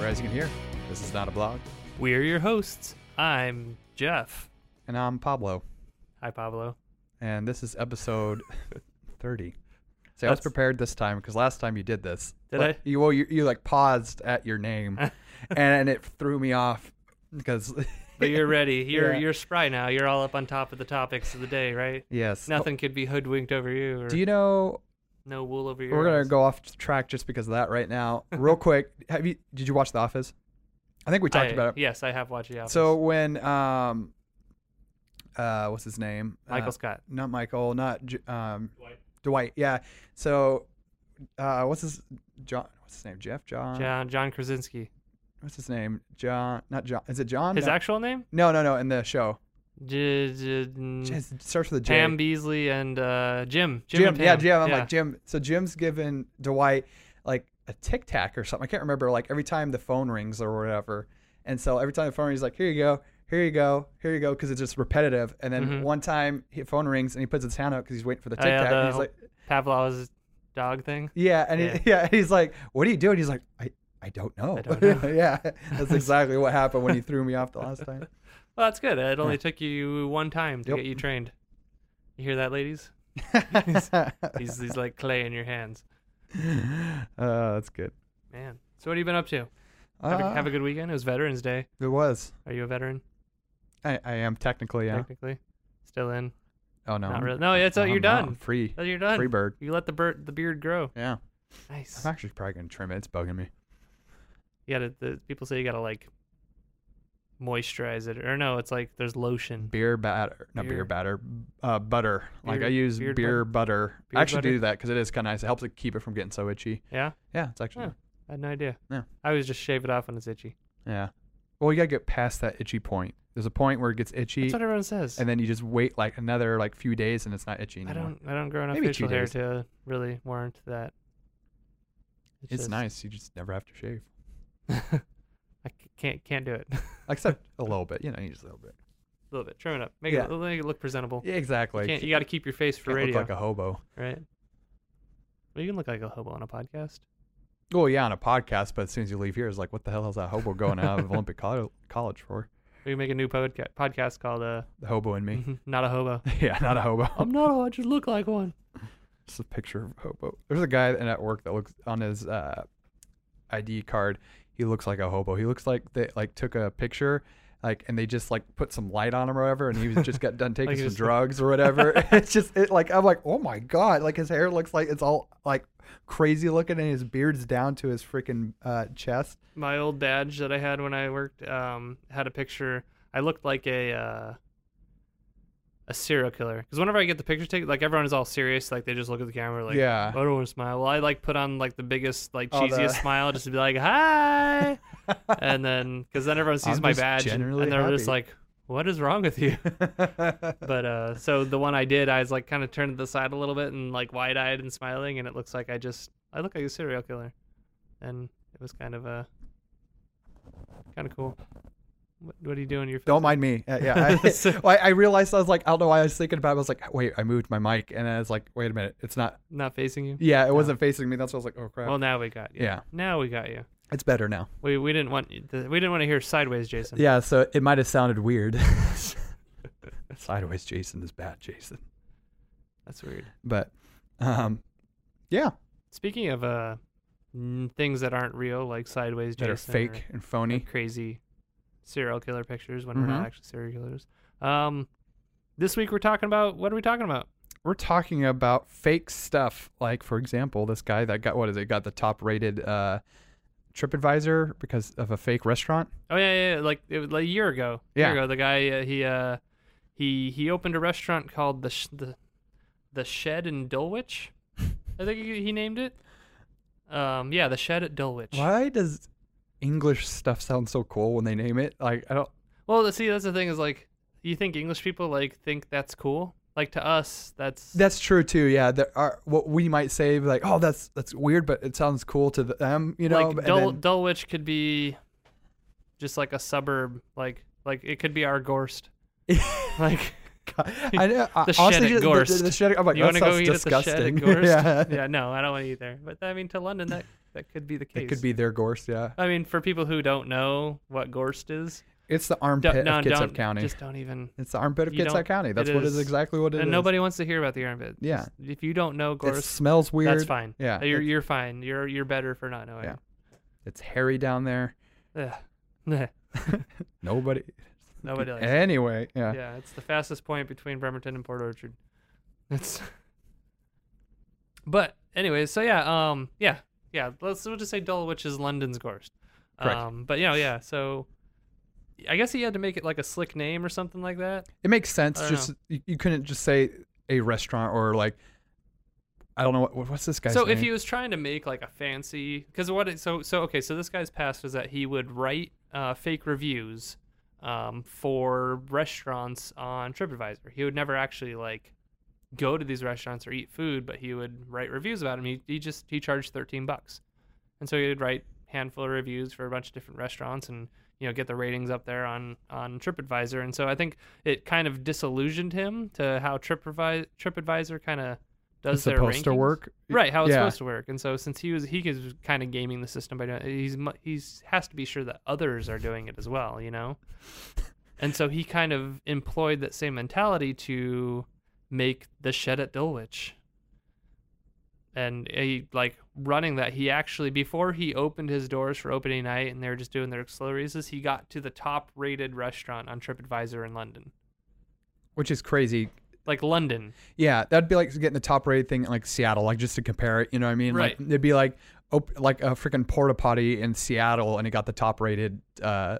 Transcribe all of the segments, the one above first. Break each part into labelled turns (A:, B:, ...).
A: as you can hear, this is not a blog.
B: We're your hosts. I'm Jeff.
A: And I'm Pablo.
B: Hi, Pablo.
A: And this is episode 30. See, I was
B: That's-
A: prepared this time because last time you did this.
B: Did
A: Like,
B: I?
A: You, well, you, you like paused at your name and it threw me off because,
B: But you're ready. You're
A: Yeah.
B: you're spry now. You're all up on top of the topics of the day, right?
A: yes. Oh,
B: Nothing could be hoodwinked over you, or
A: Do you know
B: no wool over your.
A: we're gonna
B: eyes.
A: go off track just because of that right now. Real quick, have you did you watch The Office? I think we talked
B: I-
A: about it.
B: Yes, I have watched the Office.
A: So when um, uh, what's his name?
B: Michael
A: Uh,
B: Scott.
A: not Michael, not J- um,
B: Dwight.
A: Dwight. Yeah. So, uh, what's his John? What's his name? Jeff John.
B: John John Krasinski.
A: What's his name? John. Not John. Is it John?
B: His
A: no.
B: actual name?
A: no, no, no. In the show,
B: J- J- mm,
A: Just starts with a J.
B: Pam Beasley and uh, Jim. Jim.
A: Jim,
B: and
A: yeah,
B: Pam.
A: Jim. I'm like Jim. So Jim's given Dwight like a Tic Tac or something. I can't remember. Like every time the phone rings or whatever, and so every time the phone rings, he's like, "Here you go, here you go, here you go," because it's just repetitive. And then
B: Mhm.
A: one time, his phone rings and he puts his hand out because he's waiting for the
B: Oh,
A: Tic
B: yeah,
A: Tac. and
B: the
A: he's
B: whole-
A: like,
B: Pavlov's dog thing.
A: "Yeah," and
B: Yeah.
A: He, yeah, and he's like, "What are you doing?" He's like, "I." I don't know.
B: I don't know.
A: yeah, that's exactly what happened when you threw me off the last time.
B: Well, that's good. It only took you one time to
A: Yep.
B: get you trained. You hear that, ladies? He's he's like clay in your hands,
A: uh, that's good.
B: man. So what have you been up to? Have, a,
A: Uh,
B: have a good weekend. It was Veterans Day.
A: it was.
B: Are you a veteran?
A: I, I am technically. Yeah.
B: Technically, still in.
A: Oh no.
B: Not
A: I'm-
B: really. No, it's uh,
A: I'm
B: you're
A: not. I'm
B: done.
A: Free.
B: Oh, You're done.
A: Free Uh-huh. bird.
B: You let the bird the beard grow.
A: Yeah.
B: Nice.
A: I'm actually probably gonna trim it. It's bugging me.
B: You gotta. The, people say you gotta like moisturize it, or no, it's like there's lotion.
A: Beer batter, not beer,
B: Beer-
A: batter, uh, butter. like
B: Beer-
A: I use
B: beard
A: beer butter.
B: Beard
A: I actually
B: butter?
A: do that because it is kind of nice. It helps it keep it from getting so itchy.
B: Yeah,
A: Yeah, it's actually.
B: Huh. I had no idea.
A: Yeah.
B: I always just shave it off when it's itchy.
A: Yeah. Well, you gotta get past that itchy point. There's a point where it gets itchy,
B: That's what everyone says.
A: and then you just wait like another like few days, and it's not itchy
B: I
A: anymore.
B: don't. I don't grow enough
A: Maybe two
B: facial hair
A: days.
B: to really warrant that.
A: it's
B: just-
A: nice. You just never have to shave,
B: I c- can't can't do it.
A: except a little bit. You know, you just a little bit.
B: a little bit. Trim it up. Make,
A: Yeah.
B: it, make it look presentable.
A: Yeah, exactly.
B: you, can't- you got to keep your face for
A: Can't look
B: radio,
A: like a hobo.
B: right? Well, you can look like a hobo on a podcast.
A: Well, yeah, on a podcast, but as soon as you leave here, it's like, what the hell is that hobo going out of Olympic Col- College for?
B: We can make a new podca- podcast called uh,
A: The hobo and me.
B: "Not a Hobo."
A: yeah, not a hobo.
B: I'm not. a- I just look like one.
A: It's a picture of a hobo. There's a guy at work that looks on his uh, ID card. He looks like a hobo. He looks like they like took a picture, like and they just like put some light on him or whatever, and he was just got done taking
B: Like he
A: some
B: just-
A: drugs or whatever. it's just it, like I'm like, oh my god, like his hair looks like it's all like crazy looking, and his beard's down to his freaking uh, chest.
B: My old badge that I had when I worked um, had a picture. I looked like a uh, a serial killer because whenever I get the picture taken, like everyone is all serious, like they just look at the camera, like, "Oh,
A: yeah,
B: I don't want to smile. Well, I like put on like the biggest, like
A: Oh, the-
B: cheesiest smile just to be like, hi. and then, because then everyone sees
A: I'm
B: my
A: just
B: badge and,
A: generally
B: and they're just
A: happy.
B: like, what is wrong with you? but uh, so the one I did, I was like kind of turned to the side a little bit and like wide eyed and smiling. And it looks like I just, I look like a serial killer. And it was kind of, uh, kind of cool. What, what are you doing? You're
A: Don't mind me. Uh, yeah. I,
B: So-
A: well, I I realized I was like, I don't know why I was thinking about it. I was like, wait, I moved my mic. And I was like, wait a minute. It's not,
B: not facing you?
A: yeah, it wasn't facing me. That's why I was like, oh, crap.
B: Well, now we got you.
A: Yeah.
B: Now we got you.
A: it's better now.
B: We, we didn't want you to- we didn't want to hear sideways, Jason.
A: Yeah. So it might have sounded weird. Sideways Jason is bad Jason.
B: That's weird.
A: But um, yeah,
B: Speaking of uh n- things that aren't real, like sideways
A: that are
B: Jason, or,
A: fake and
B: like,
A: phony.
B: crazy serial killer pictures when we're
A: Mhm.
B: not actually serial killers. Um, this week we're talking about what are we talking about?
A: We're talking about fake stuff. Like, for example, this guy that got, what is it, got the top rated uh, TripAdvisor because of a fake restaurant.
B: Oh yeah, yeah, yeah, like it was like a year ago.
A: Yeah.
B: A year ago, the guy uh, he uh he he opened a restaurant called the Sh- the the Shed in Dulwich. I think he, he named it. Um, yeah, the Shed at Dulwich.
A: Why does English stuff sound so cool when they name it? Like I don't.
B: Well, see, that's the thing is like you think English people like think that's cool. Like to us, that's
A: That's true too. Yeah, there are what we might say like, oh, that's that's weird, but it sounds cool to them. You know,
B: like
A: and
B: Dul-
A: then-
B: Dulwich could be just like a suburb, like like it could be our Gorst. like
A: I know. I-
B: The shed
A: honestly,
B: at
A: just-
B: Gorst.
A: The, the, the shed, I'm like,
B: you
A: that
B: want to go
A: sounds
B: eat
A: disgusting.
B: at the shed at Gorst?
A: yeah.
B: yeah, no, I don't want to eat there. But I mean, to London, that that could be the case.
A: It could be their gorse, yeah.
B: I mean, for people who don't know what Gorst is,
A: It's the
B: don't,
A: armpit
B: no,
A: of Kitsap
B: don't
A: County.
B: just don't even.
A: it's the armpit of
B: you
A: Kitsap
B: don't-
A: County. That's
B: it
A: what is
B: is.
A: exactly what it is.
B: and nobody wants to hear about the armpit.
A: Yeah.
B: Just- If you don't know
A: It
B: Gorst,
A: smells weird.
B: that's fine.
A: Yeah.
B: You're
A: it's,
B: you're fine. You're you're better for not knowing.
A: it's hairy down there.
B: Yeah. Ugh.
A: Nobody.
B: Nobody likes. it.
A: Anyway, yeah.
B: Yeah, it's the fastest point between Bremerton and Port Orchard. That's. But anyways, so yeah, um, yeah, yeah. Let's we'll just say Dulwich is London's Gorst.
A: Correct.
B: Um, but yeah, yeah. So, I guess he had to make it like a slick name or something like that.
A: It makes sense.
B: I don't
A: Just you, you couldn't just say a restaurant or like I don't know what what's this guy's
B: so
A: name?
B: if he was trying to make like a fancy because what it, so so okay so this guy's past was that he would write uh, fake reviews um, for restaurants on tripadvisor he would never actually like go to these restaurants or eat food but he would write reviews about them he, he just he charged 13 bucks and so he would write handful of reviews for a bunch of different restaurants and you know get the ratings up there on on tripadvisor and so i think it kind of disillusioned him to how tripadvisor tripadvisor kind of does
A: it's
B: their
A: supposed to
B: rankings
A: work.
B: right how it's
A: yeah.
B: supposed to work and so since he was he is kind of gaming the system by doing he's mu- he's has to be sure that others are doing it as well you know and so he kind of employed that same mentality to make the shed at dulwich and he like running that he actually before he opened his doors for opening night and they were just doing their slow releases he got to the top rated restaurant on tripadvisor in london
A: Which is crazy.
B: like london
A: Yeah, that'd be like getting the top rated thing in like Seattle, like just to compare it. You know what I mean?
B: Right.
A: Like, it'd be like op- like a freaking porta potty in Seattle, and it got the top rated uh,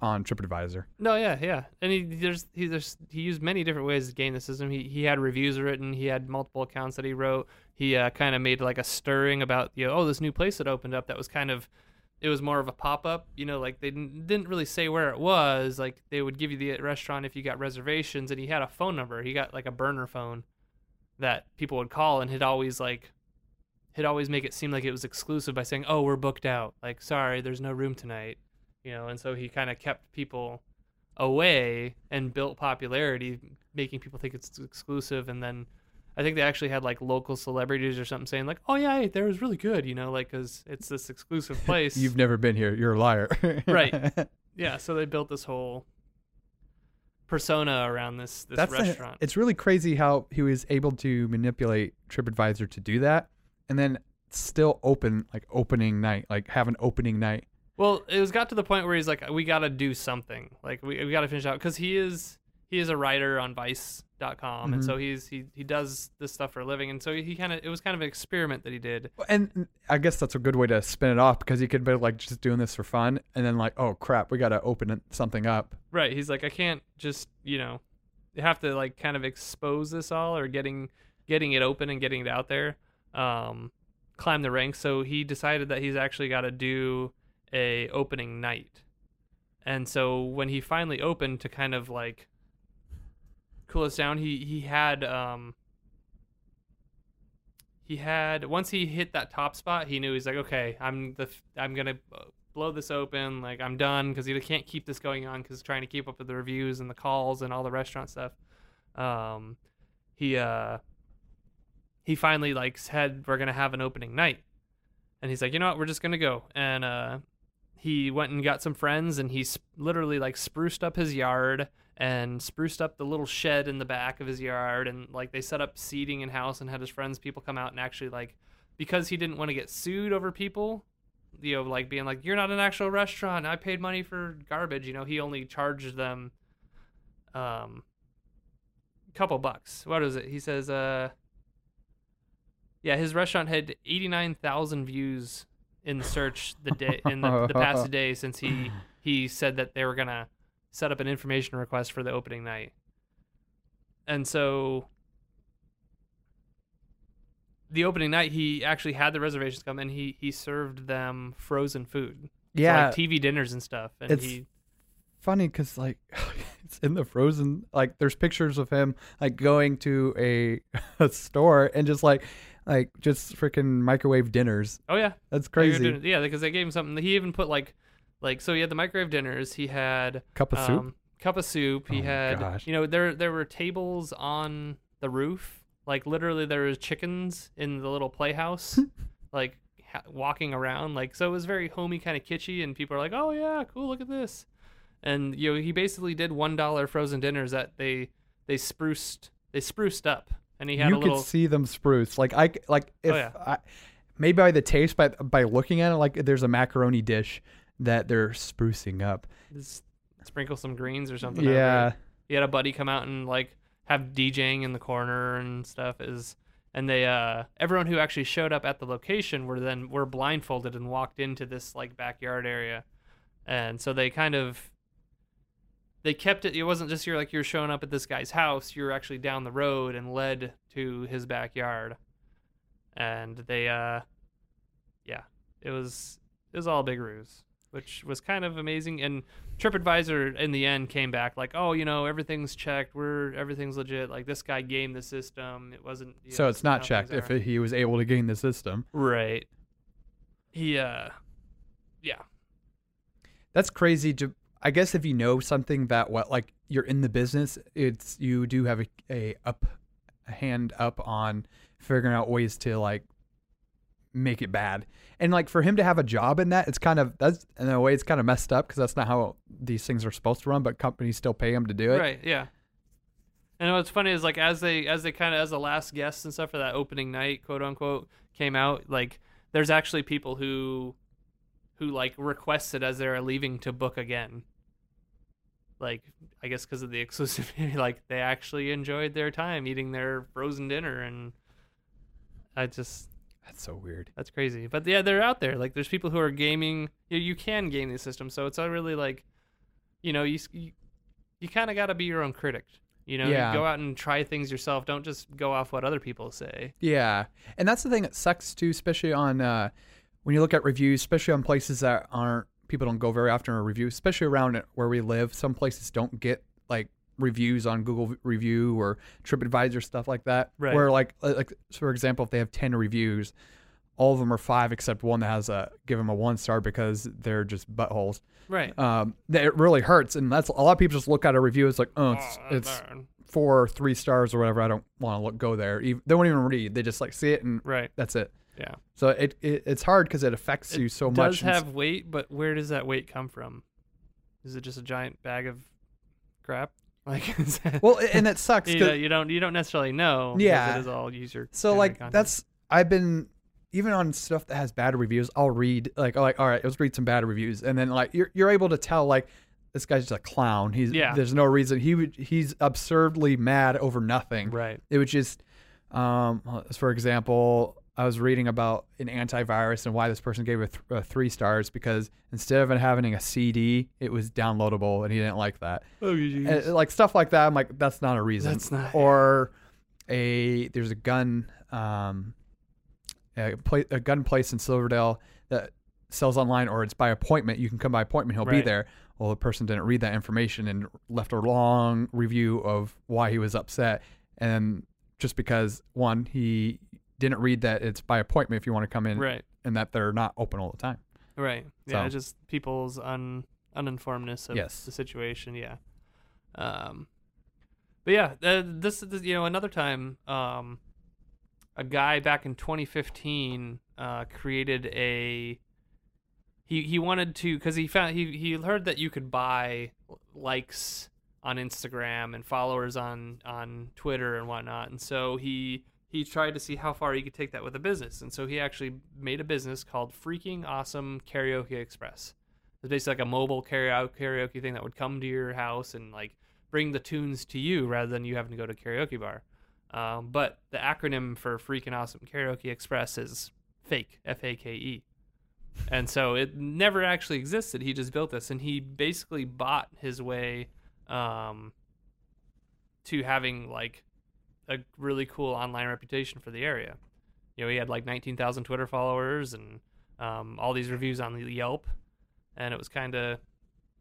A: on TripAdvisor.
B: No, yeah, yeah, and he there's he there's he used many different ways to game the system. He he had reviews written. He had multiple accounts that he wrote. He uh, kind of made like a stirring about you know oh this new place that opened up that was kind of it was more of a pop up you know like they didn't, didn't really say where it was like they would give you the restaurant if you got reservations and he had a phone number he got like a burner phone that people would call and he'd always like he'd always make it seem like it was exclusive by saying oh we're booked out like sorry there's no room tonight you know and so he kind of kept people away and built popularity, making people think it's exclusive. And then I think they actually had like local celebrities or something saying like, "Oh yeah, there was really good," you know, like because it's this exclusive place.
A: You've never been here. You're a liar.
B: Right. yeah, so they built this whole persona around this this
A: That's the-
B: restaurant.
A: it's really crazy how he was able to manipulate TripAdvisor to do that, and then still open like opening night, like have an opening night.
B: Well, it was got to the point where he's like, we gotta do something. Like we, we gotta finish out because he is he is a writer on Vice.com,
A: Mhm.
B: and so he's he he does this stuff for a living, and so he kind of it was kind of an experiment that he did.
A: And I guess that's a good way to spin it off because he could be like just doing this for fun, and then like, oh crap, we got to open it- something up.
B: Right. He's like, I can't just, you know, have to like kind of expose this all or getting getting it open and getting it out there. Um, climb the ranks. So he decided that he's actually got to do a opening night. And so when he finally opened to kind of like cool us down, he he had um he had once he hit that top spot, he knew he's like, okay, I'm the f- I'm gonna uh, blow this open. Like I'm done because he can't keep this going on because trying to keep up with the reviews and the calls and all the restaurant stuff. Um, he uh he finally like said we're gonna have an opening night, and he's like, you know what, we're just gonna go. And uh, he went and got some friends and he sp- literally like spruced up his yard and spruced up the little shed in the back of his yard and like they set up seating in house and had his friends people come out and actually like because he didn't want to get sued over people you know like being like you're not an actual restaurant i paid money for garbage you know he only charged them um couple bucks what is it he says uh yeah his restaurant had 89000 views in the search the day in the, the past day since he he said that they were gonna set up an information request for the opening night and so the opening night he actually had the reservations come and he he served them frozen food So, like tv dinners and stuff and
A: It's-
B: he
A: funny because like it's in the frozen like there's pictures of him like going to a, a store and just like like just freaking microwave dinners
B: oh yeah
A: that's
B: microwave
A: crazy
B: dinner- yeah because they gave him something he even put like like so he had the microwave dinners he had
A: cup of soup
B: um, cup of soup. He
A: Oh my
B: had,
A: gosh.
B: you know, there there were tables on the roof. Like literally, there was chickens in the little playhouse, like ha- walking around. Like so, it was very homey, kind of kitschy, and people are like, "Oh yeah, cool, look at this." And you know, he basically did one dollar frozen dinners that they they spruced they spruced up, and he had
A: you
B: a little Oh,
A: could see them spruce. Like I c- like if
B: yeah.
A: I, maybe by the taste, by by looking at it, like there's a macaroni dish that they're sprucing up.
B: s- sprinkle some greens or something. over it.
A: Yeah,
B: he had a buddy come out and like have DJing in the corner and stuff is and they uh everyone who actually showed up at the location were then were blindfolded and walked into this like backyard area. And so they kind of they kept it it wasn't just you're like you're showing up at this guy's house, you're actually down the road and led to his backyard. And they uh yeah, it was it was all a big ruse, which was kind of amazing and TripAdvisor in the end came back like, oh, you know, everything's checked. We're everything's legit. Like this guy gamed the system. It wasn't. you
A: so
B: know,
A: it's not
B: how things
A: checked if
B: are."
A: it, he was able to gain the system.
B: right. He uh, yeah,
A: That's crazy. To, I guess if you know something that what like you're in the business, it's you do have a, a up a hand up on figuring out ways to like make it bad. And like for him to have a job in that, it's kind of that's in a way it's kind of messed up because that's not how these things are supposed to run. But companies still pay him to do it.
B: right, yeah. And what's funny is like as they as they kind of as the last guests and stuff for that opening night, quote unquote, came out. Like there's actually people who who like requested as they're leaving to book again. Like I guess because of the exclusivity, like they actually enjoyed their time eating their frozen dinner, and I just
A: That's so weird.
B: That's crazy. But yeah, they're out there. Like, there's people who are gaming. You, you can game these systems, so it's not really like, you know, you s- you, you kind of got to be your own critic. You know,
A: Yeah.
B: you go out and try things yourself. Don't just go off what other people say.
A: Yeah, and that's the thing that sucks too, especially on uh, when you look at reviews, especially on places that aren't people don't go very often or review, especially around it where we live. Some places don't get like reviews on Google Review or TripAdvisor stuff like that.
B: Right.
A: Where like uh, like for example, if they have ten reviews, all of them are five except one that has a give them a one star because they're just buttholes.
B: Right.
A: Um, that it really hurts, and that's a lot of people just look at a review. It's like, oh, it's it's four or three stars or whatever. I don't want to look go there. Even, they won't even read. They just like see it and
B: right.
A: that's it.
B: Yeah.
A: So it, it it's hard because it affects you so much.
B: Does
A: and s-
B: have weight, but where does that weight come from? Is it just a giant bag of crap? Like, is that,
A: well, a- and it sucks.
B: you,
A: 'cause-
B: know, you don't you don't necessarily know. because
A: Yeah.
B: It is all user.
A: so
B: generated
A: like
B: content.
A: that's I've been even on stuff that has bad reviews. I'll read like oh, like all right, let's read some bad reviews, and then like you're you're able to tell like this guy's just a clown. He's
B: Yeah.
A: There's no reason he would he's absurdly mad over nothing.
B: right.
A: It was just, um, for example, I was reading about an antivirus and why this person gave it th- uh, three stars because instead of it having a CD, it was downloadable and he didn't like that.
B: Oh,
A: And, like stuff like that, I'm like, that's not a reason.
B: That's not-
A: Or a there's a gun, um, a, pla a gun place in Silverdale that sells online or it's by appointment. You can come by appointment. He'll be
B: Right.
A: there. Well, the person didn't read that information and left a long review of why he was upset. And just because one, he didn't read that it's by appointment if you want to come in
B: right.
A: and that they're not open all the time.
B: Right. Yeah,
A: So-
B: it's just people's un uninformedness of
A: Yes.
B: the situation. Yeah. Um, but yeah, uh, this is you know another time. Um, a guy back in 2015 uh, created a. He he wanted to because he found he he heard that you could buy likes on Instagram and followers on on Twitter and whatnot, and so he he tried to see how far he could take that with a business, and so he actually made a business called Freaking Awesome Karaoke Express. It's basically like a mobile karaoke karaoke thing that would come to your house and like bring the tunes to you rather than you having to go to a karaoke bar. Um, but the acronym for Freaking Awesome Karaoke Express is FAKE, F A K E. And so it never actually existed. He just built this and he basically bought his way um, to having like a really cool online reputation for the area. You know, he had like 19,000 Twitter followers and um, all these reviews on Yelp, and it was kind of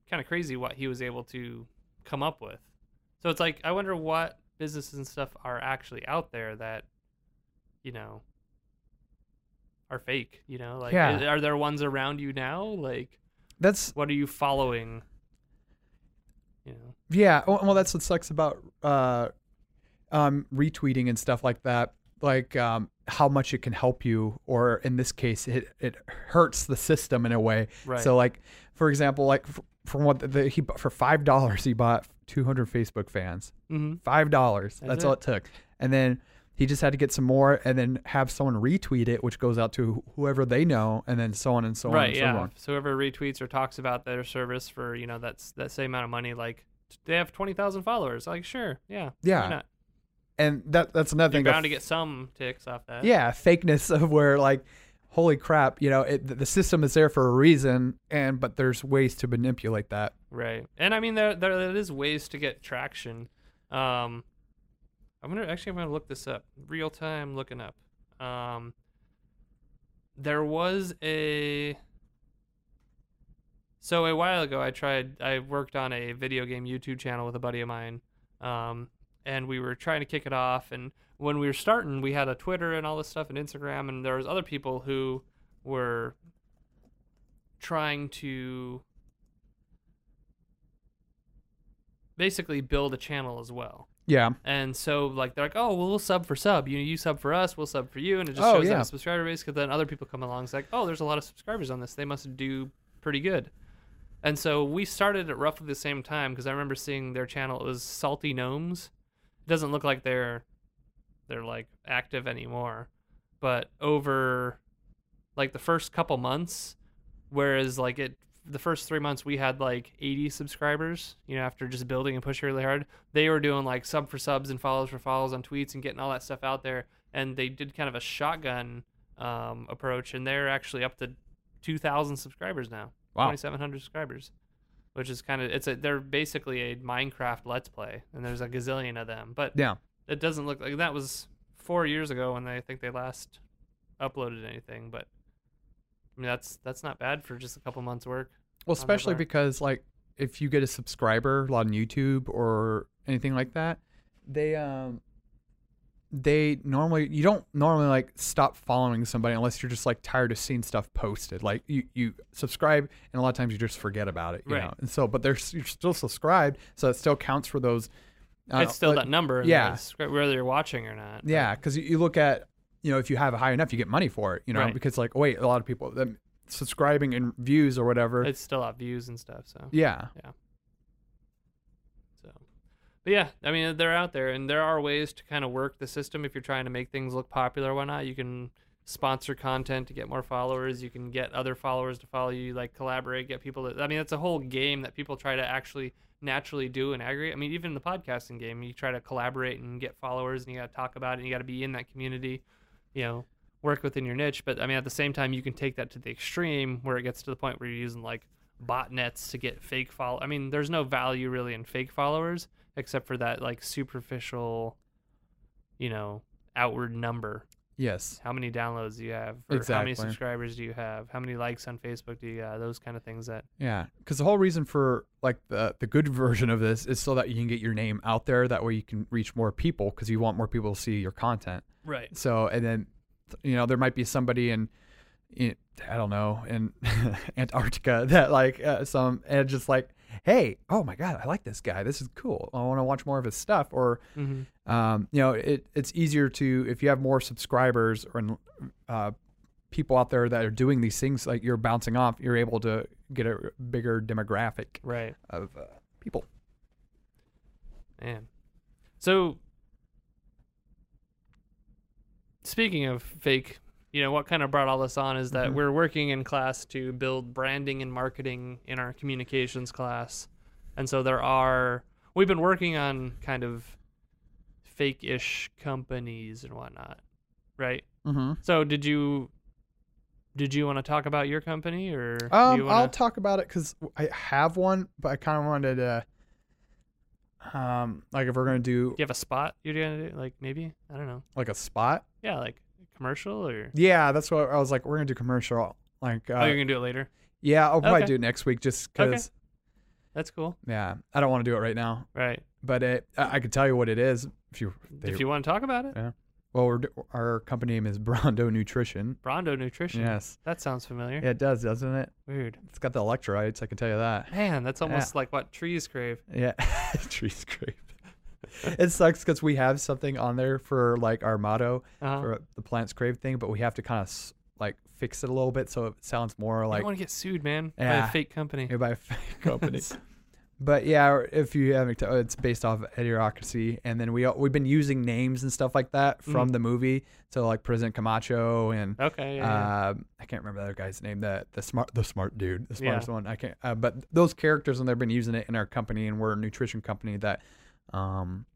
B: kind of crazy what he was able to come up with. So it's like I wonder what businesses and stuff are actually out there that you know are fake, you know? Like
A: Yeah.
B: are there ones around you now? Like
A: That's
B: what are you following? You know.
A: Yeah. oh, Well, that's what sucks about uh, um, retweeting and stuff like that. like um, how much it can help you, or in this case, it it hurts the system in a way.
B: Right.
A: So like, for example, like f- from what the, he bu- for five dollars he bought two hundred Facebook fans.
B: hmm
A: Five dollars. That's, all
B: it.
A: it took. And then he just had to get some more, and then have someone retweet it, which goes out to wh- whoever they know, and then so on and so on.
B: Right.
A: And
B: Yeah.
A: So on.
B: So whoever retweets or talks about their service for you know that's that same amount of money, like they have twenty thousand followers. Like sure, yeah.
A: Yeah.
B: Why not?
A: And that that's another
B: You're
A: thing. that
B: bound to get some ticks off that.
A: yeah fakeness of where like holy crap you know it, the system is there for a reason and but there's ways to manipulate that
B: Right. And I mean there there, there is ways to get traction. Um I'm gonna actually I'm gonna look this up. Real time looking up. Um there was a so a while ago I tried I worked on a video game YouTube channel with a buddy of mine. Um and we were trying to kick it off and when we were starting we had a Twitter and all this stuff and Instagram and there was other people who were trying to basically build a channel as well.
A: yeah
B: And so like they're like, oh, well, we'll sub for sub. You you sub for us, we'll sub for you, and it just
A: Oh,
B: shows them
A: yeah.
B: a subscriber base. Because then other people come along, it's like, oh, there's a lot of subscribers on this. They must do pretty good. And so we started at roughly the same time because I remember seeing their channel. It was Salty Gnomes. It doesn't look like they're they're like active anymore, but over like the first couple months, whereas like it the first three months we had like 80 subscribers you know after just building and pushing really hard they were doing like sub for subs and follows for follows on tweets and getting all that stuff out there and they did kind of a shotgun um, approach and they're actually up to 2000 subscribers now
A: Wow.
B: 2700 subscribers which is kind of it's a they're basically a minecraft let's play and there's a gazillion of them but
A: yeah
B: it doesn't look like that was four years ago when they I think they last uploaded anything, but I mean that's that's not bad for just a couple months work.
A: well
B: that
A: especially
B: bar.
A: because like if you get a subscriber on youtube or anything like that they um they normally you don't normally like stop following somebody unless you're just like tired of seeing stuff posted like you you subscribe and a lot of times you just forget about it you
B: Right.
A: know and so but there's you're still subscribed so it still counts for those uh,
B: it's still
A: like-
B: that number, in
A: yeah.
B: the subscri- whether you're watching or not. but-
A: Yeah, because you, you look at you know if you have it high enough, you get money for it. You know
B: Right.
A: because like wait, a lot of people them subscribing and views or whatever.
B: it's still up views and stuff. So
A: yeah,
B: So, but yeah, I mean, they're out there, and there are ways to kind of work the system if you're trying to make things look popular or whatnot. You can sponsor content to get more followers. You can get other followers to follow you, like collaborate, get people to. I mean, it's a whole game that people try to actually naturally do and aggregate. I mean, even the podcasting game, you try to collaborate and get followers, and you got to talk about it, and you got to be in that community, you know. Work within your niche, but I mean, at the same time, you can take that to the extreme where it gets to the point where you're using like botnets to get fake follow. I mean, there's no value really in fake followers except for that like superficial, you know, outward number.
A: yes,
B: How many downloads do you have? Or How many
A: Exactly.
B: subscribers do you have? How many likes on Facebook do you have? Those kind of things that
A: yeah. Because the whole reason for like the the good version of this is so that you can get your name out there. That way you can reach more people because you want more people to see your content.
B: right.
A: So and then you know there might be somebody in. in I don't know in Antarctica that like uh, some and just like hey oh my god I like this guy this is cool I want to watch more of his stuff or
B: hmm
A: um, you know it, it's easier to if you have more subscribers or uh, people out there that are doing these things like you're bouncing off you're able to get a bigger demographic
B: Right.
A: of uh, people
B: Man. So speaking of fake, you know, what kind of brought all this on is that
A: Mhm.
B: we're working in class to build branding and marketing in our communications class. And so there are we've been working on kind of fake ish companies and whatnot. Right?
A: mm-hmm.
B: So did you did you want to talk about your company or do
A: um,
B: you
A: i'll
B: want
A: talk about it because i have one but i kind of wanted to um, like if we're gonna do
B: do you have a spot you're gonna do? Like maybe? I don't know.
A: like a spot
B: Yeah, like commercial or
A: yeah that's what i was like we're gonna do commercial like uh,
B: Oh, you're gonna do it later.
A: yeah i'll probably
B: Okay.
A: do it next week just
B: Okay.
A: because
B: That's cool.
A: yeah i don't want to do it right now
B: Right.
A: but it, I, I could tell you what it is if you they-
B: if you want to talk about it,
A: Well, we're, d- our company name is Brondo Nutrition.
B: Brondo Nutrition.
A: Yes.
B: That sounds familiar.
A: Yeah, it does, doesn't it?
B: Weird.
A: It's got the electrolytes, I can tell you that.
B: Man, that's almost like what trees crave.
A: Yeah. Tree scrape. it sucks because we have something on there for like our motto
B: Uh-huh.
A: for the plants crave thing, but we have to kind of like fix it a little bit so it sounds more
B: I
A: like
B: don't want to get sued, man, by
A: Yeah.
B: a fake company.
A: made by a fake company. But yeah, or if you haven't, oh, it's based off of Idiocracy, and then we all- we've been using names and stuff like that from
B: Mhm.
A: the movie. So like President Camacho and
B: okay. Yeah,
A: um I can't remember the other guy's name. The the smart the smart dude, the
B: Yeah.
A: smartest one. I can't. Uh, but those characters, and they've been using it in our company, and we're a nutrition company that, um,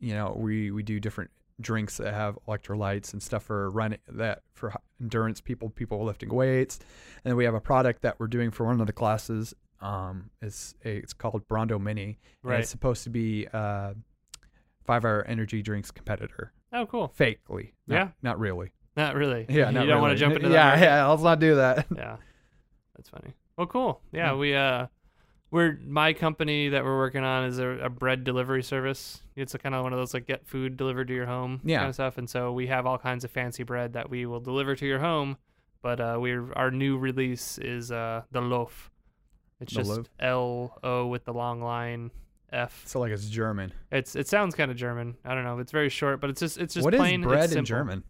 A: you know, we we do different drinks that have electrolytes and stuff for running that for h- endurance people, people lifting weights, and then we have a product that we're doing for one of the classes. Um, it's a, it's called Brondo Mini,
B: yeah.
A: and
B: Right.
A: it's supposed to be uh, five hour energy drinks competitor,
B: Oh, cool.
A: fakely, not-
B: Yeah.
A: not really.
B: Not really.
A: Yeah,
B: you
A: not
B: don't want to
A: really.
B: jump into
A: yeah,
B: that. market?
A: yeah. Let's not do that.
B: yeah that's funny well cool yeah
A: Mm.
B: we uh we're my company that we're working on is a, a bread delivery service it's a kind of one of those like get food delivered to your home
A: Yeah.
B: kind of stuff and so we have all kinds of fancy bread that we will deliver to your home but uh we're our new release is uh the loaf it's
A: The
B: just
A: loaf?
B: l o with the long line f
A: So like it's German.
B: it's it sounds kind of german i don't know it's very short but it's just it's just
A: What is
B: plain it's
A: bread in
B: simple.
A: German?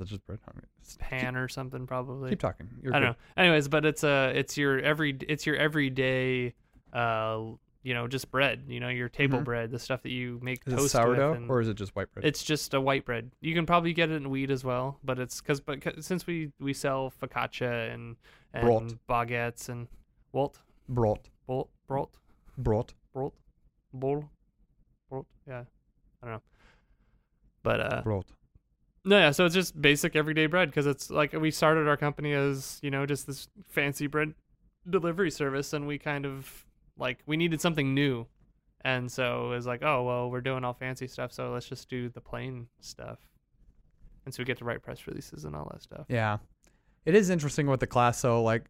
A: Is it just bread? I mean, it's-
B: pan or something probably
A: Keep talking. You're
B: I don't know. Anyways, but it's uh it's your every it's your everyday uh you know just bread. You know your table
A: Mhm.
B: bread, the stuff that you make
A: good. Is it
B: toast with.
A: sourdough
B: and
A: or is it just white bread?
B: it's just a white bread. You can probably get it in wheat as well, but it's because but 'cause- since we we sell focaccia and and
A: Brot.
B: baguettes and Walt
A: Brot.
B: Bolt Brot
A: Brot.
B: Brot Bol Brot yeah I don't know. But uh,
A: Brot.
B: no, yeah. So it's just basic everyday bread because it's like we started our company as you know just this fancy bread delivery service, and we kind of like we needed something new, and so it was like, oh well, we're doing all fancy stuff, so let's just do the plain stuff, and so we get to write press releases and all that stuff.
A: Yeah. It is interesting with the class though, like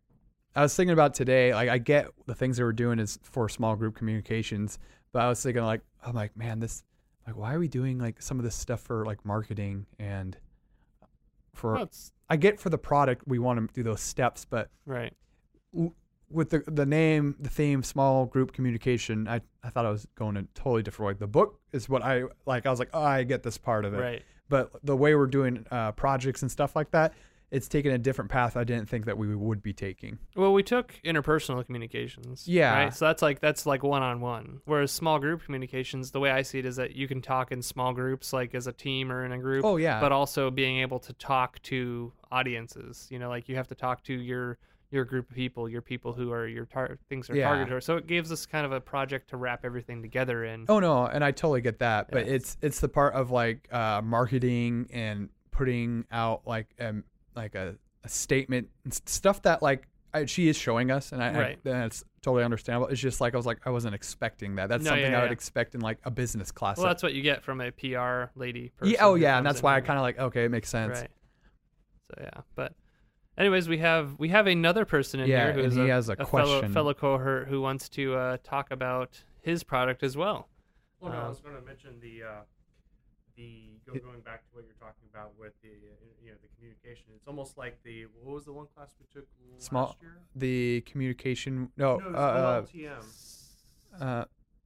A: I was thinking about today, like I get the things they were doing is for small group communications, but I was thinking like I'm like, man, this like why are we doing like some of this stuff for like marketing and for
B: Well, it's-
A: I get for the product we want to do those steps, but
B: right.
A: with the the name, the theme, small group communication, I, I thought I was going a totally different way. The book is what I like. I was like, oh, I get this part of it.
B: Right.
A: But the way we're doing uh, projects and stuff like that, it's taken a different path. I didn't think that we would be taking.
B: Well, we took interpersonal communications.
A: Yeah.
B: Right. So that's like that's like one on one. Whereas small group communications, the way I see it is that you can talk in small groups, like as a team or in a group.
A: Oh yeah,
B: but also being able to talk to audiences you know like you have to talk to your your group of people your people who are your tar- things are
A: Yeah.
B: targeted or so it gives us kind of a project to wrap everything together in
A: Oh no, and I totally get that, but
B: Yeah.
A: it's it's the part of like uh, marketing and putting out like um like a, a statement and s- stuff that like I, she is showing us, and I, I-
B: Right.
A: and it's totally understandable. It's just like I was like I wasn't expecting that. That's
B: No,
A: something
B: yeah,
A: I would
B: yeah.
A: expect in like a business class.
B: well that's what you get from a pr lady person
A: yeah, oh
B: who
A: yeah, and
B: comes
A: that's
B: in
A: why I
B: and-
A: kind of like okay, it makes sense.
B: right so yeah but anyways we have we have another person in
A: Yeah,
B: here who
A: and
B: is
A: he
B: a,
A: has a
B: fellow
A: question.
B: fellow cohort who wants to uh, talk about his product as well
C: Well, no,
B: Um,
C: I was going to mention the uh, the go, going back to what you're talking about with the uh, you know the communication. It's almost like the what was the one class we took last
A: Small-
C: year?
A: The communication no,
C: no, it was
A: uh,
C: LLTM.
A: uh, uh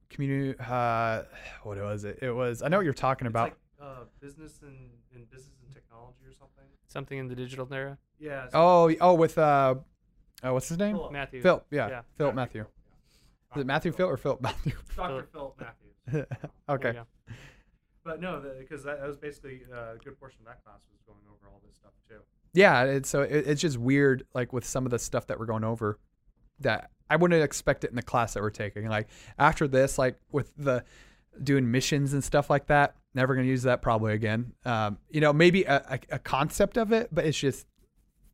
A: community uh what was it? It was I know what you're talking
C: It's
A: about.
C: like, uh, business and, and business and technology or something.
B: something in the digital era
C: Yeah. so-
A: oh oh with uh, uh what's his name?
C: Philip.
B: matthew
A: Phil, yeah.
B: Yeah.
A: Philip Matthew.
C: Ah,
A: Is it Matthew Phil or Philip Matthew?
C: Dr.
B: Philip.
C: Philip Matthews.
B: there
A: okay.
B: you go.
C: But no, because that, that was basically uh, a good portion of that class was going over all this stuff too.
A: Yeah. It's, so it, it's just weird, like with some of the stuff that we're going over, that I wouldn't expect it in the class that we're taking. Like after this, like with the doing missions and stuff like that, never going to use that probably again. Um, you know, maybe a, a, a concept of it, but it's just,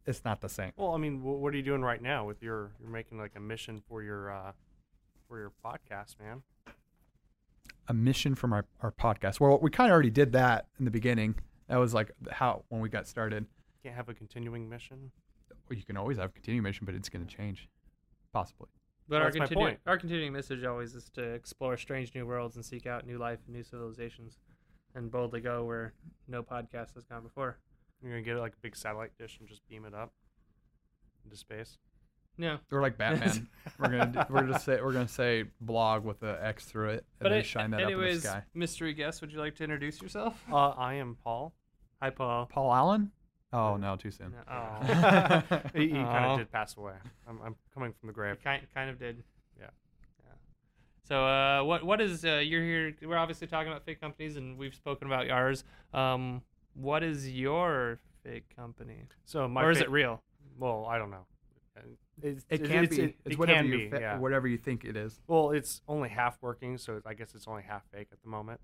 A: it's not the same.
C: Well, I mean, wh- what are you doing right now with your? You're making like a mission for your uh, for your podcast, man.
A: A mission from our, our podcast. Well, we kind of already did that in the beginning. That was like how, when we got started.
C: Can't have a continuing mission.
A: Well, you can always have a continuing mission, but it's going to change, possibly.
B: But
C: Well,
B: our,
C: that's my
B: continu-
C: point.
B: our continuing message always is to explore strange new worlds and seek out new life and new civilizations and boldly go where no podcast has gone before.
C: You're gonna get like a big satellite dish and just beam it up into space.
B: No.
A: Or like Batman. we're gonna do, we're just say we're gonna say blog with the X through it and
B: But
A: then
B: it-
A: shine that
B: anyways,
A: up in the sky.
B: mystery guest, would you like to introduce yourself?
C: Uh, I am Paul.
B: Hi, Paul.
A: Paul Allen? Oh no, too soon.
B: Oh.
C: He, he kind
B: Aw.
C: of Uh, did pass away. I'm, I'm coming from the grave.
B: kind kind of did.
C: Yeah.
B: Yeah. So uh, what what is uh, you're here? We're obviously talking about fake companies, and we've spoken about ours. Um, what is your fake company,
C: So my
B: or is
C: fa-
B: it real?
C: Well, I don't know. It's,
A: It can
C: it's-
A: be.
C: It,
A: it's
C: it
A: whatever
C: can
A: you
C: be.
A: fa-
C: yeah.
A: whatever you think it is.
C: Well, it's only half working, so I guess it's only half fake at the moment.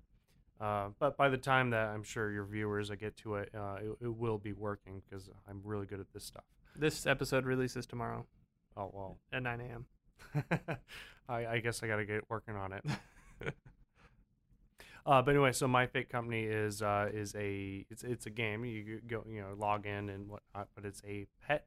C: Uh, but by the time that I'm sure your viewers I get to it, uh, it, it will be working because I'm really good at this stuff.
B: This episode releases tomorrow
C: Oh well,
B: at 9 a.m.
C: I, I guess I got to get working on it. uh, but anyway, so my fake company is uh, is a it's it's a game. You g- go you know log in and whatnot, but it's a pet.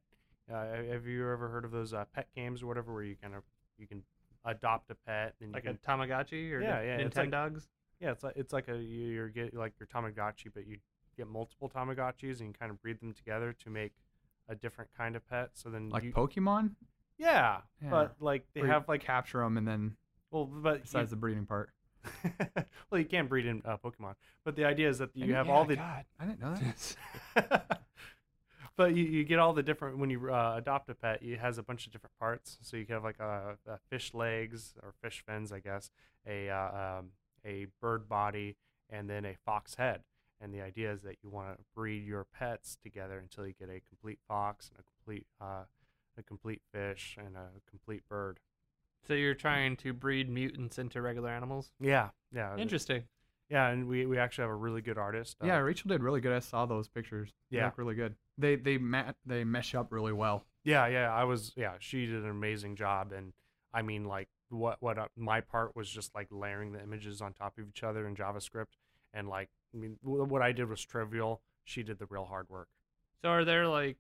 C: Uh, have you ever heard of those uh, pet games or whatever where you kind of you can adopt a pet and you
B: Like
C: can
B: a Tamagotchi or
C: Mm-hmm. Yeah, yeah, it's like-
B: Nintendogs.
C: Yeah, it's like it's like a you- you're get like your Tamagotchi, but you get multiple Tamagotchis and you kind of breed them together to make a different kind of pet. So then
A: Like
C: you,
A: Pokemon?
C: yeah,
A: Yeah.
C: but like they
A: Where you
C: have like half
A: capture them and then
C: well, but
A: besides
C: you,
A: the breeding part.
C: well, you can't breed in uh, Pokemon, but the idea is that you
A: And-
C: have
A: yeah,
C: all the
A: God, I didn't know that.
C: but you, you get all the different when you uh, adopt a pet it has a bunch of different parts so you can have like a, a fish legs or fish fins i guess a uh, um, a bird body and then a fox head and the idea is that you want to breed your pets together until you get a complete fox and a complete uh, a complete fish and a complete bird
B: So you're trying to breed mutants into regular animals.
C: yeah yeah it-
B: Interesting.
C: yeah and we, we actually have a really good artist uh,
A: yeah, Rachel did really good. I saw those pictures. They
C: Yeah.
A: look really good. They they ma- they mesh up really well.
C: Yeah, yeah, I was. Yeah, she did an amazing job, and I mean, like, what what uh, my part was just like layering the images on top of each other in JavaScript, and like, I mean, w- what I did was trivial. She did the real hard work.
B: So are there like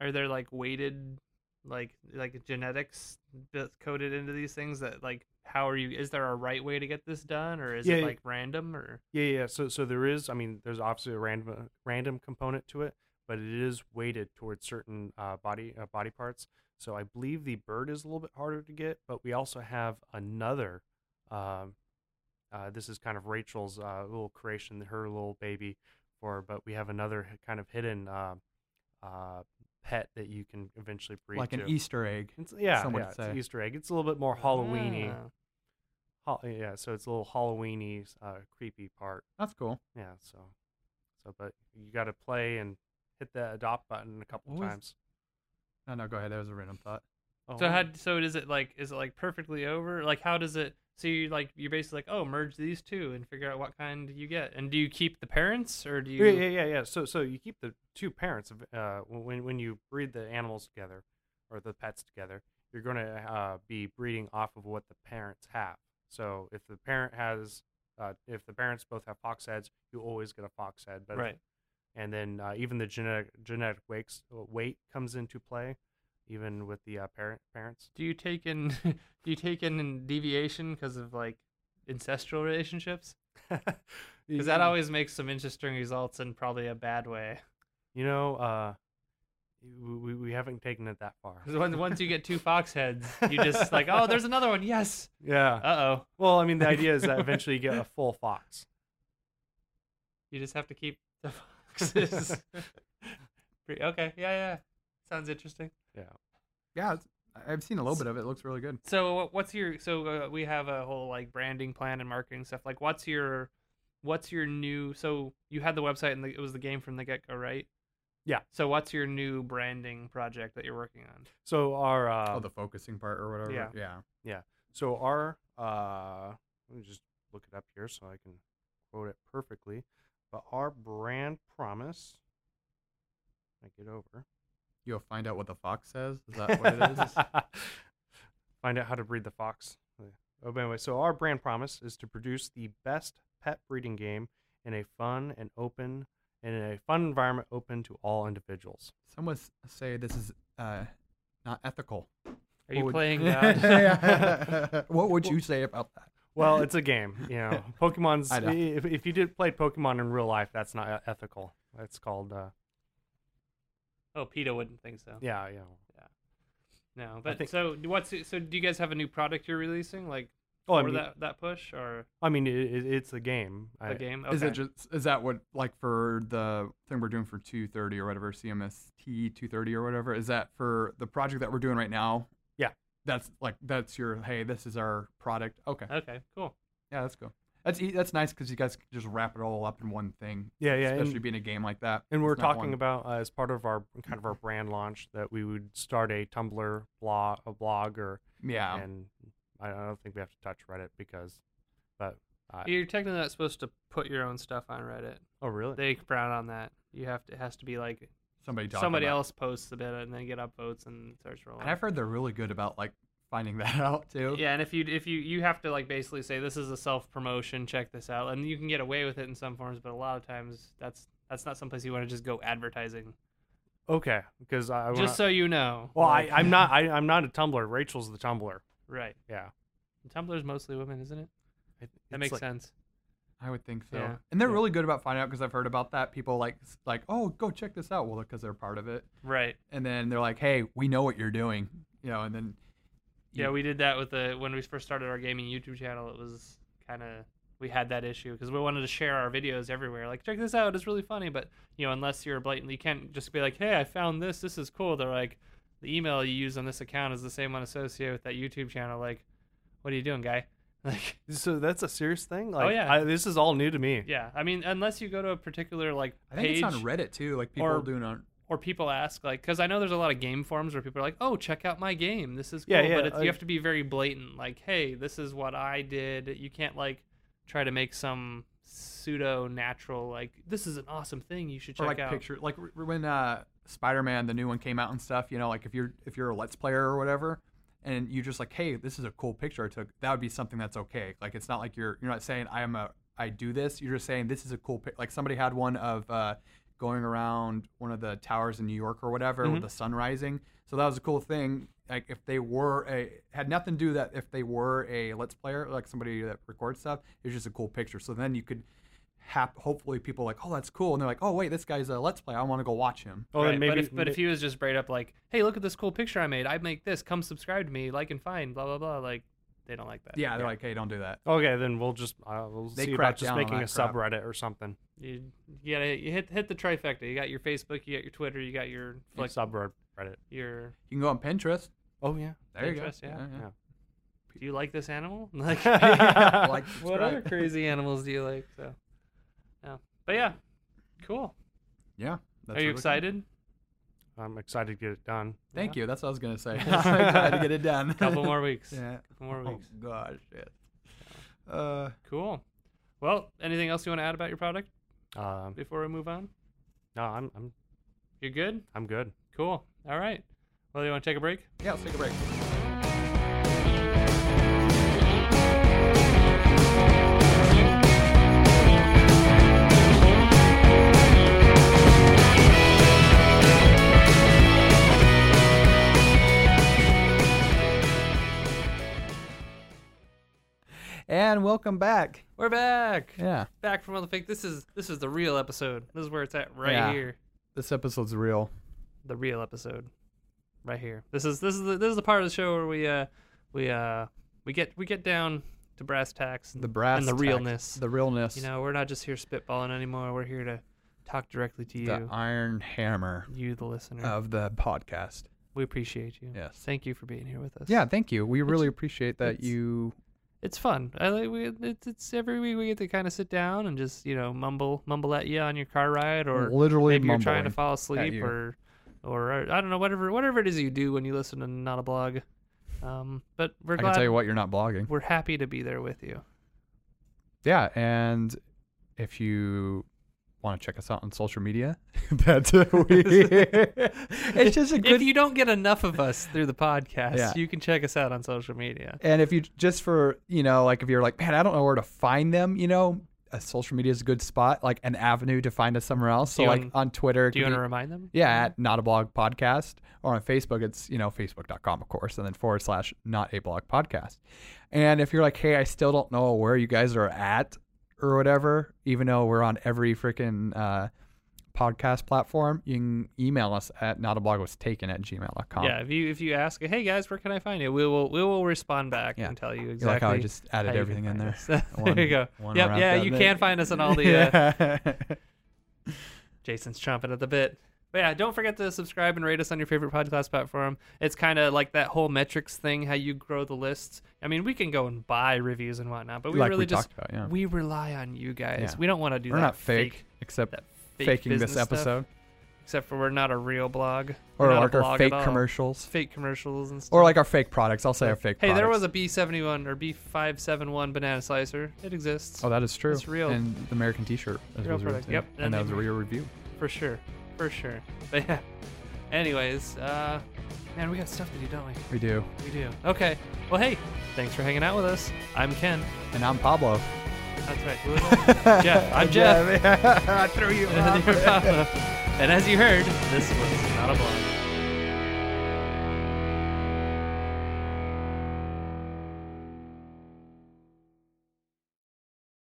B: are there like weighted like like genetics built coded into these things that like how are you is there a right way to get this done or is it
C: Yeah.
B: like random or
C: Yeah, yeah. So, so there is. I mean, there's obviously a random random component to it, but it is weighted towards certain uh, body uh, body parts. So I believe the bird is a little bit harder to get, but we also have another. Um, uh, this is kind of Rachel's uh, little creation, her little baby, for. But we have another h- kind of hidden uh, uh, pet that you can eventually breed
A: like
C: to.
A: an Easter egg.
C: It's, yeah,
A: some would
C: yeah, it's
A: say.
C: an Easter egg. It's a little bit more Halloweeny.
B: Ah.
C: Hall- yeah, so it's a little Halloweeny, uh, creepy part.
A: That's cool.
C: Yeah, so so but you got to play and hit the adopt button a couple
A: What was-
C: times.
A: No, no, go ahead. That was a random thought.
C: Oh,
B: So how so is it like is it like perfectly over? Like how does it so you like you're basically like, oh merge these two and figure out what kind you get. And do you keep the parents or do you
C: yeah, yeah, yeah, yeah. So so you keep the two parents of uh when when you breed the animals together or the pets together, you're going to uh, be breeding off of what the parents have. So if the parent has uh, if the parents both have fox heads, you always get a fox head. But if
B: Right.
C: and then uh, even the genetic genetic wakes, uh, weight comes into play, even with the uh, parent parents.
B: Do you take in do you take in deviation because of like ancestral relationships? Because that always makes some interesting results in probably a bad way.
C: You know, uh, we, we- we haven't taken it that far.
B: Because once, once you get two fox heads, you just like, oh, there's another one. Yes.
C: Yeah.
B: Uh oh.
C: Well, I mean, the idea is that eventually you get a full fox.
B: You just have to keep the foxes. Pre- okay. Yeah. Yeah. Sounds interesting.
A: Yeah, it's, I- I've seen a little bit of it. It looks really good.
B: So what- what's your? So uh, we have a whole like branding plan and marketing stuff. Like, what's your? What's your new? So you had the website and the, it was the game from the get go, right?
C: Yeah.
B: So what's your new branding project that you're working on?
C: So our uh,
A: oh, the focusing part or whatever.
C: yeah.
A: yeah.
C: so our uh, let me just look it up here so I can quote it perfectly. But our brand promise. I get over.
A: You'll find out what the fox says. Is that what it is?
C: Find out how to breed the fox. Yeah. Oh, but anyway, so our brand promise is to produce the best pet breeding game in a fun and open in a fun environment open to all individuals.
A: Some would s- say this is uh, not ethical.
B: Are you
A: What would-
B: playing uh, God?
A: Yeah. what would you say about that?
C: Well, it's a game, you know. Pokemon's
A: I know.
C: if, if you did play Pokemon in real life, that's not e- ethical. That's called uh,
B: oh, PETA wouldn't think so.
C: yeah, you know.
B: No, but
C: think-
B: so what's so? Do you guys have a new product you're releasing like
C: Oh, I
B: for
C: mean,
B: that that push or
C: I mean, it, it, it's the game.
B: the
C: I,
B: game? Okay.
A: Is it just is that what like for the thing we're doing for 230 or whatever CMST 230 or whatever is that for the project that we're doing right now?
C: Yeah.
A: That's like that's your hey this is our product. Okay.
B: okay, cool.
A: Yeah, that's cool. That's e- that's nice because you guys can just wrap it all up in one thing.
C: Yeah, yeah.
A: Especially
C: and-
A: being a game like that.
C: And we're
A: It's not
C: talking
A: one-
C: about uh, as part of our kind of our brand launch that we would start a Tumblr blog, a blog, or
A: yeah.
C: and I I don't think we have to touch Reddit because, but uh,
B: You're technically not supposed to put your own stuff on Reddit.
C: oh really?
B: They frown on that. You have to. It has to be like
A: somebody talking
B: somebody
A: about.
B: else posts a bit and then get upvotes and starts rolling.
A: And I've heard they're really good about like finding that out too.
B: Yeah, and if you if you you have to like basically say this is a self promotion, check this out, and you can get away with it in some forms, but a lot of times that's that's not someplace you want to just go advertising.
C: okay, because I, I wanna-
B: Just so you know.
C: well, I,
B: like-
C: I'm not I, I'm not a Tumblr. Rachel's the Tumblr.
B: right.
C: Yeah,
B: Tumblr's mostly women, isn't it?
C: It-
B: That
C: it's
B: makes
C: like-
B: sense.
A: I would think so.
B: Yeah.
A: And they're
C: Yeah.
A: really good about finding out because I've heard about that. People like s- like oh go check this out. Well, because they're part of it.
B: Right.
A: and then they're like, "Hey, we know what you're doing," you know, and then
B: Yeah,
A: Yeah.
B: we did that with the when we first started our gaming YouTube channel. It was kind of we had that issue because we wanted to share our videos everywhere. Like, check this out, it's really funny. But you know, unless you're blatantly, you can't just be like, "Hey, I found this. This is cool." They're like, "The email you use on this account is the same one associated with that YouTube channel." Like, what are you doing, guy? Like,
C: So that's a serious thing. Like,
B: Oh, yeah.
C: I, this is all new to me.
B: yeah. I mean, unless you go to a particular like
A: I think
B: page
A: it's on Reddit too. Like people
B: or-
A: are doing on
B: or people ask like, because I know there's a lot of game forums where people are like, "Oh, check out my game. This is cool."
C: Yeah, yeah,
B: but it's,
C: I-
B: you have to be very blatant. Like, "Hey, this is what I did." You can't like try to make some pseudo natural like, "This is an awesome thing. You should
A: or
B: check
A: like
B: out."
A: picture like r- when uh, Spider-Man the new one came out and stuff. You know, like if you're if you're a Let's Player or whatever, and you just like, "Hey, this is a cool picture I took," that would be something that's okay. Like it's not like you're you're not saying I am a I do this. You're just saying this is a cool pic. Like somebody had one of uh, going around one of the towers in New York or whatever
B: Mm-hmm.
A: with the sun rising. So that was a cool thing. Like if they were a had nothing to do with that if they were a let's player like somebody that records stuff, it was just a cool picture. So then you could hap- hopefully people are like oh that's cool and they're like oh wait this guy's a let's play I want to go watch him.
C: Oh,
B: Right,
C: and maybe,
B: but if but if
C: ma-
B: he was just straight up like, "Hey, look at this cool picture I made. I make this. Come subscribe to me. Like and find. Blah blah blah." Like, they don't like that.
A: Yeah, they're like hey don't do that.
C: okay, then we'll just uh, we'll
A: They
C: see
A: crack
C: about just
A: down on
C: making a
A: that crap.
C: subreddit or something.
B: You, you gotta you hit hit the trifecta. You got your Facebook. You got your Twitter. You got your
C: Like
B: like
C: subreddit. Reddit.
B: your.
A: You can go on Pinterest.
C: Oh yeah.
A: There you go.
B: Pinterest, yeah.
A: yeah.
B: Do you like this animal? Like.
A: Like,
B: what other
A: subscribe.
B: crazy animals do you like? So, no, but yeah, cool.
A: Yeah, that's
B: Are
A: what we're
B: you
A: doing.
B: excited?
C: I'm excited to get it done.
A: Thank you. That's what I was gonna say. I'm excited to get it done.
B: Couple more weeks.
A: yeah.
B: Couple more
A: Oh
B: weeks.
A: gosh. Yes. Uh,
B: Cool. Well, anything else you want to add about your product
C: Um,
B: before we move on?
C: no, I'm I'm
B: You're good.
C: I'm good.
B: Cool. All right. Well, you want to take a break?
A: yeah. Let's take a break. And welcome back.
B: We're back.
A: Yeah,
B: Back from all the fake. This is this is the real episode. This is where it's at right
A: Yeah.
B: here.
A: this episode's real.
B: The real episode, right here. This is this is the, this is the part of the show where we uh we uh we get we get down to brass tacks.
A: The brass
B: And the
A: tacks,
B: realness.
A: the realness,
B: You know, we're not just here spitballing anymore. We're here to talk directly to you,
A: the iron hammer
B: you, the listener.
A: of the podcast.
B: we appreciate you.
A: Yes.
B: Thank you for being here with us.
A: Yeah, thank you. We really appreciate that
B: it's-
A: you.
B: It's fun. I like we it's, it's every week we get to kind of sit down and just you know mumble mumble at you on your car ride or
A: Literally
B: maybe you're trying to
A: mumbling
B: fall asleep
A: you.
B: or or I don't know whatever whatever it is you do when you listen to not a blog. Um, but we're
A: I can
B: glad
A: tell you what, you're not blogging.
B: we're happy to be there with you.
A: Yeah, and if you want to check us out on social media, that's uh, we. it's just a
B: If
A: good.
B: you don't get enough of us through the podcast,
A: Yeah.
B: you can check us out on social media.
A: and if you just for you know, like if you're like, man, I don't know where to find them, you know. A social media is a good spot, like an avenue to find us somewhere else. So,
B: you
A: like
B: wanna-
A: on Twitter, it
B: Do you
A: could
B: want
A: be-
B: to remind them?
A: Yeah, at Not a Blog Podcast. Or on Facebook, it's, you know, facebook.com, of course, and then forward slash Not a Blog Podcast. And if you're like, hey, I still don't know where you guys are at or whatever, even though we're on every freaking uh, podcast platform, you can email us at notablogwastaken at gmail.com.
B: Yeah, if you if you ask, hey guys, where can I find you? We will we will respond back
A: Yeah.
B: and tell you
A: You
B: exactly.
A: like how I just added
B: how you
A: everything in
B: can
A: there?
B: find us.
A: One-
B: there you go.
A: one
B: Yep.
A: wrapped
B: Yeah,
A: up
B: you
A: there.
B: can find us on all the. Uh,
A: Yeah.
B: Jason's chomping at the bit. But yeah, don't forget to subscribe and rate us on your favorite podcast platform. It's kind of like that whole metrics thing, how you grow the lists. I mean, we can go and buy reviews and whatnot, but we
A: like
B: really
A: we
B: just
A: talked about, yeah.
B: we rely on you guys.
A: Yeah.
B: We don't want to do
A: We're
B: that.
A: not fake, except
B: that fake
A: faking this
B: business stuff,
A: episode
B: except for we're not a real blog We're
A: or
B: not a
A: like our
B: blog at
A: fake
B: all.
A: commercials
B: fake commercials and stuff.
A: or like our fake products. I'll say our fake
B: hey,
A: products.
B: there was a B seventy one or B five seven one banana slicer. It exists
A: Oh, that is true.
B: It's real.
A: And the American T-shirt as
B: Real
A: was real
B: product,
A: too.
B: yep.
A: And that was a real review.
B: for sure, for sure. But yeah. Anyways, uh, man, we got stuff to do, don't we?
A: We do.
B: We do. Okay. Well, hey, thanks for hanging out with us. I'm Ken.
A: And I'm Pablo.
B: That's right. Who was I? Jeff. I'm Jeff.
A: I threw you. off.
B: and as you heard, this was not a blog.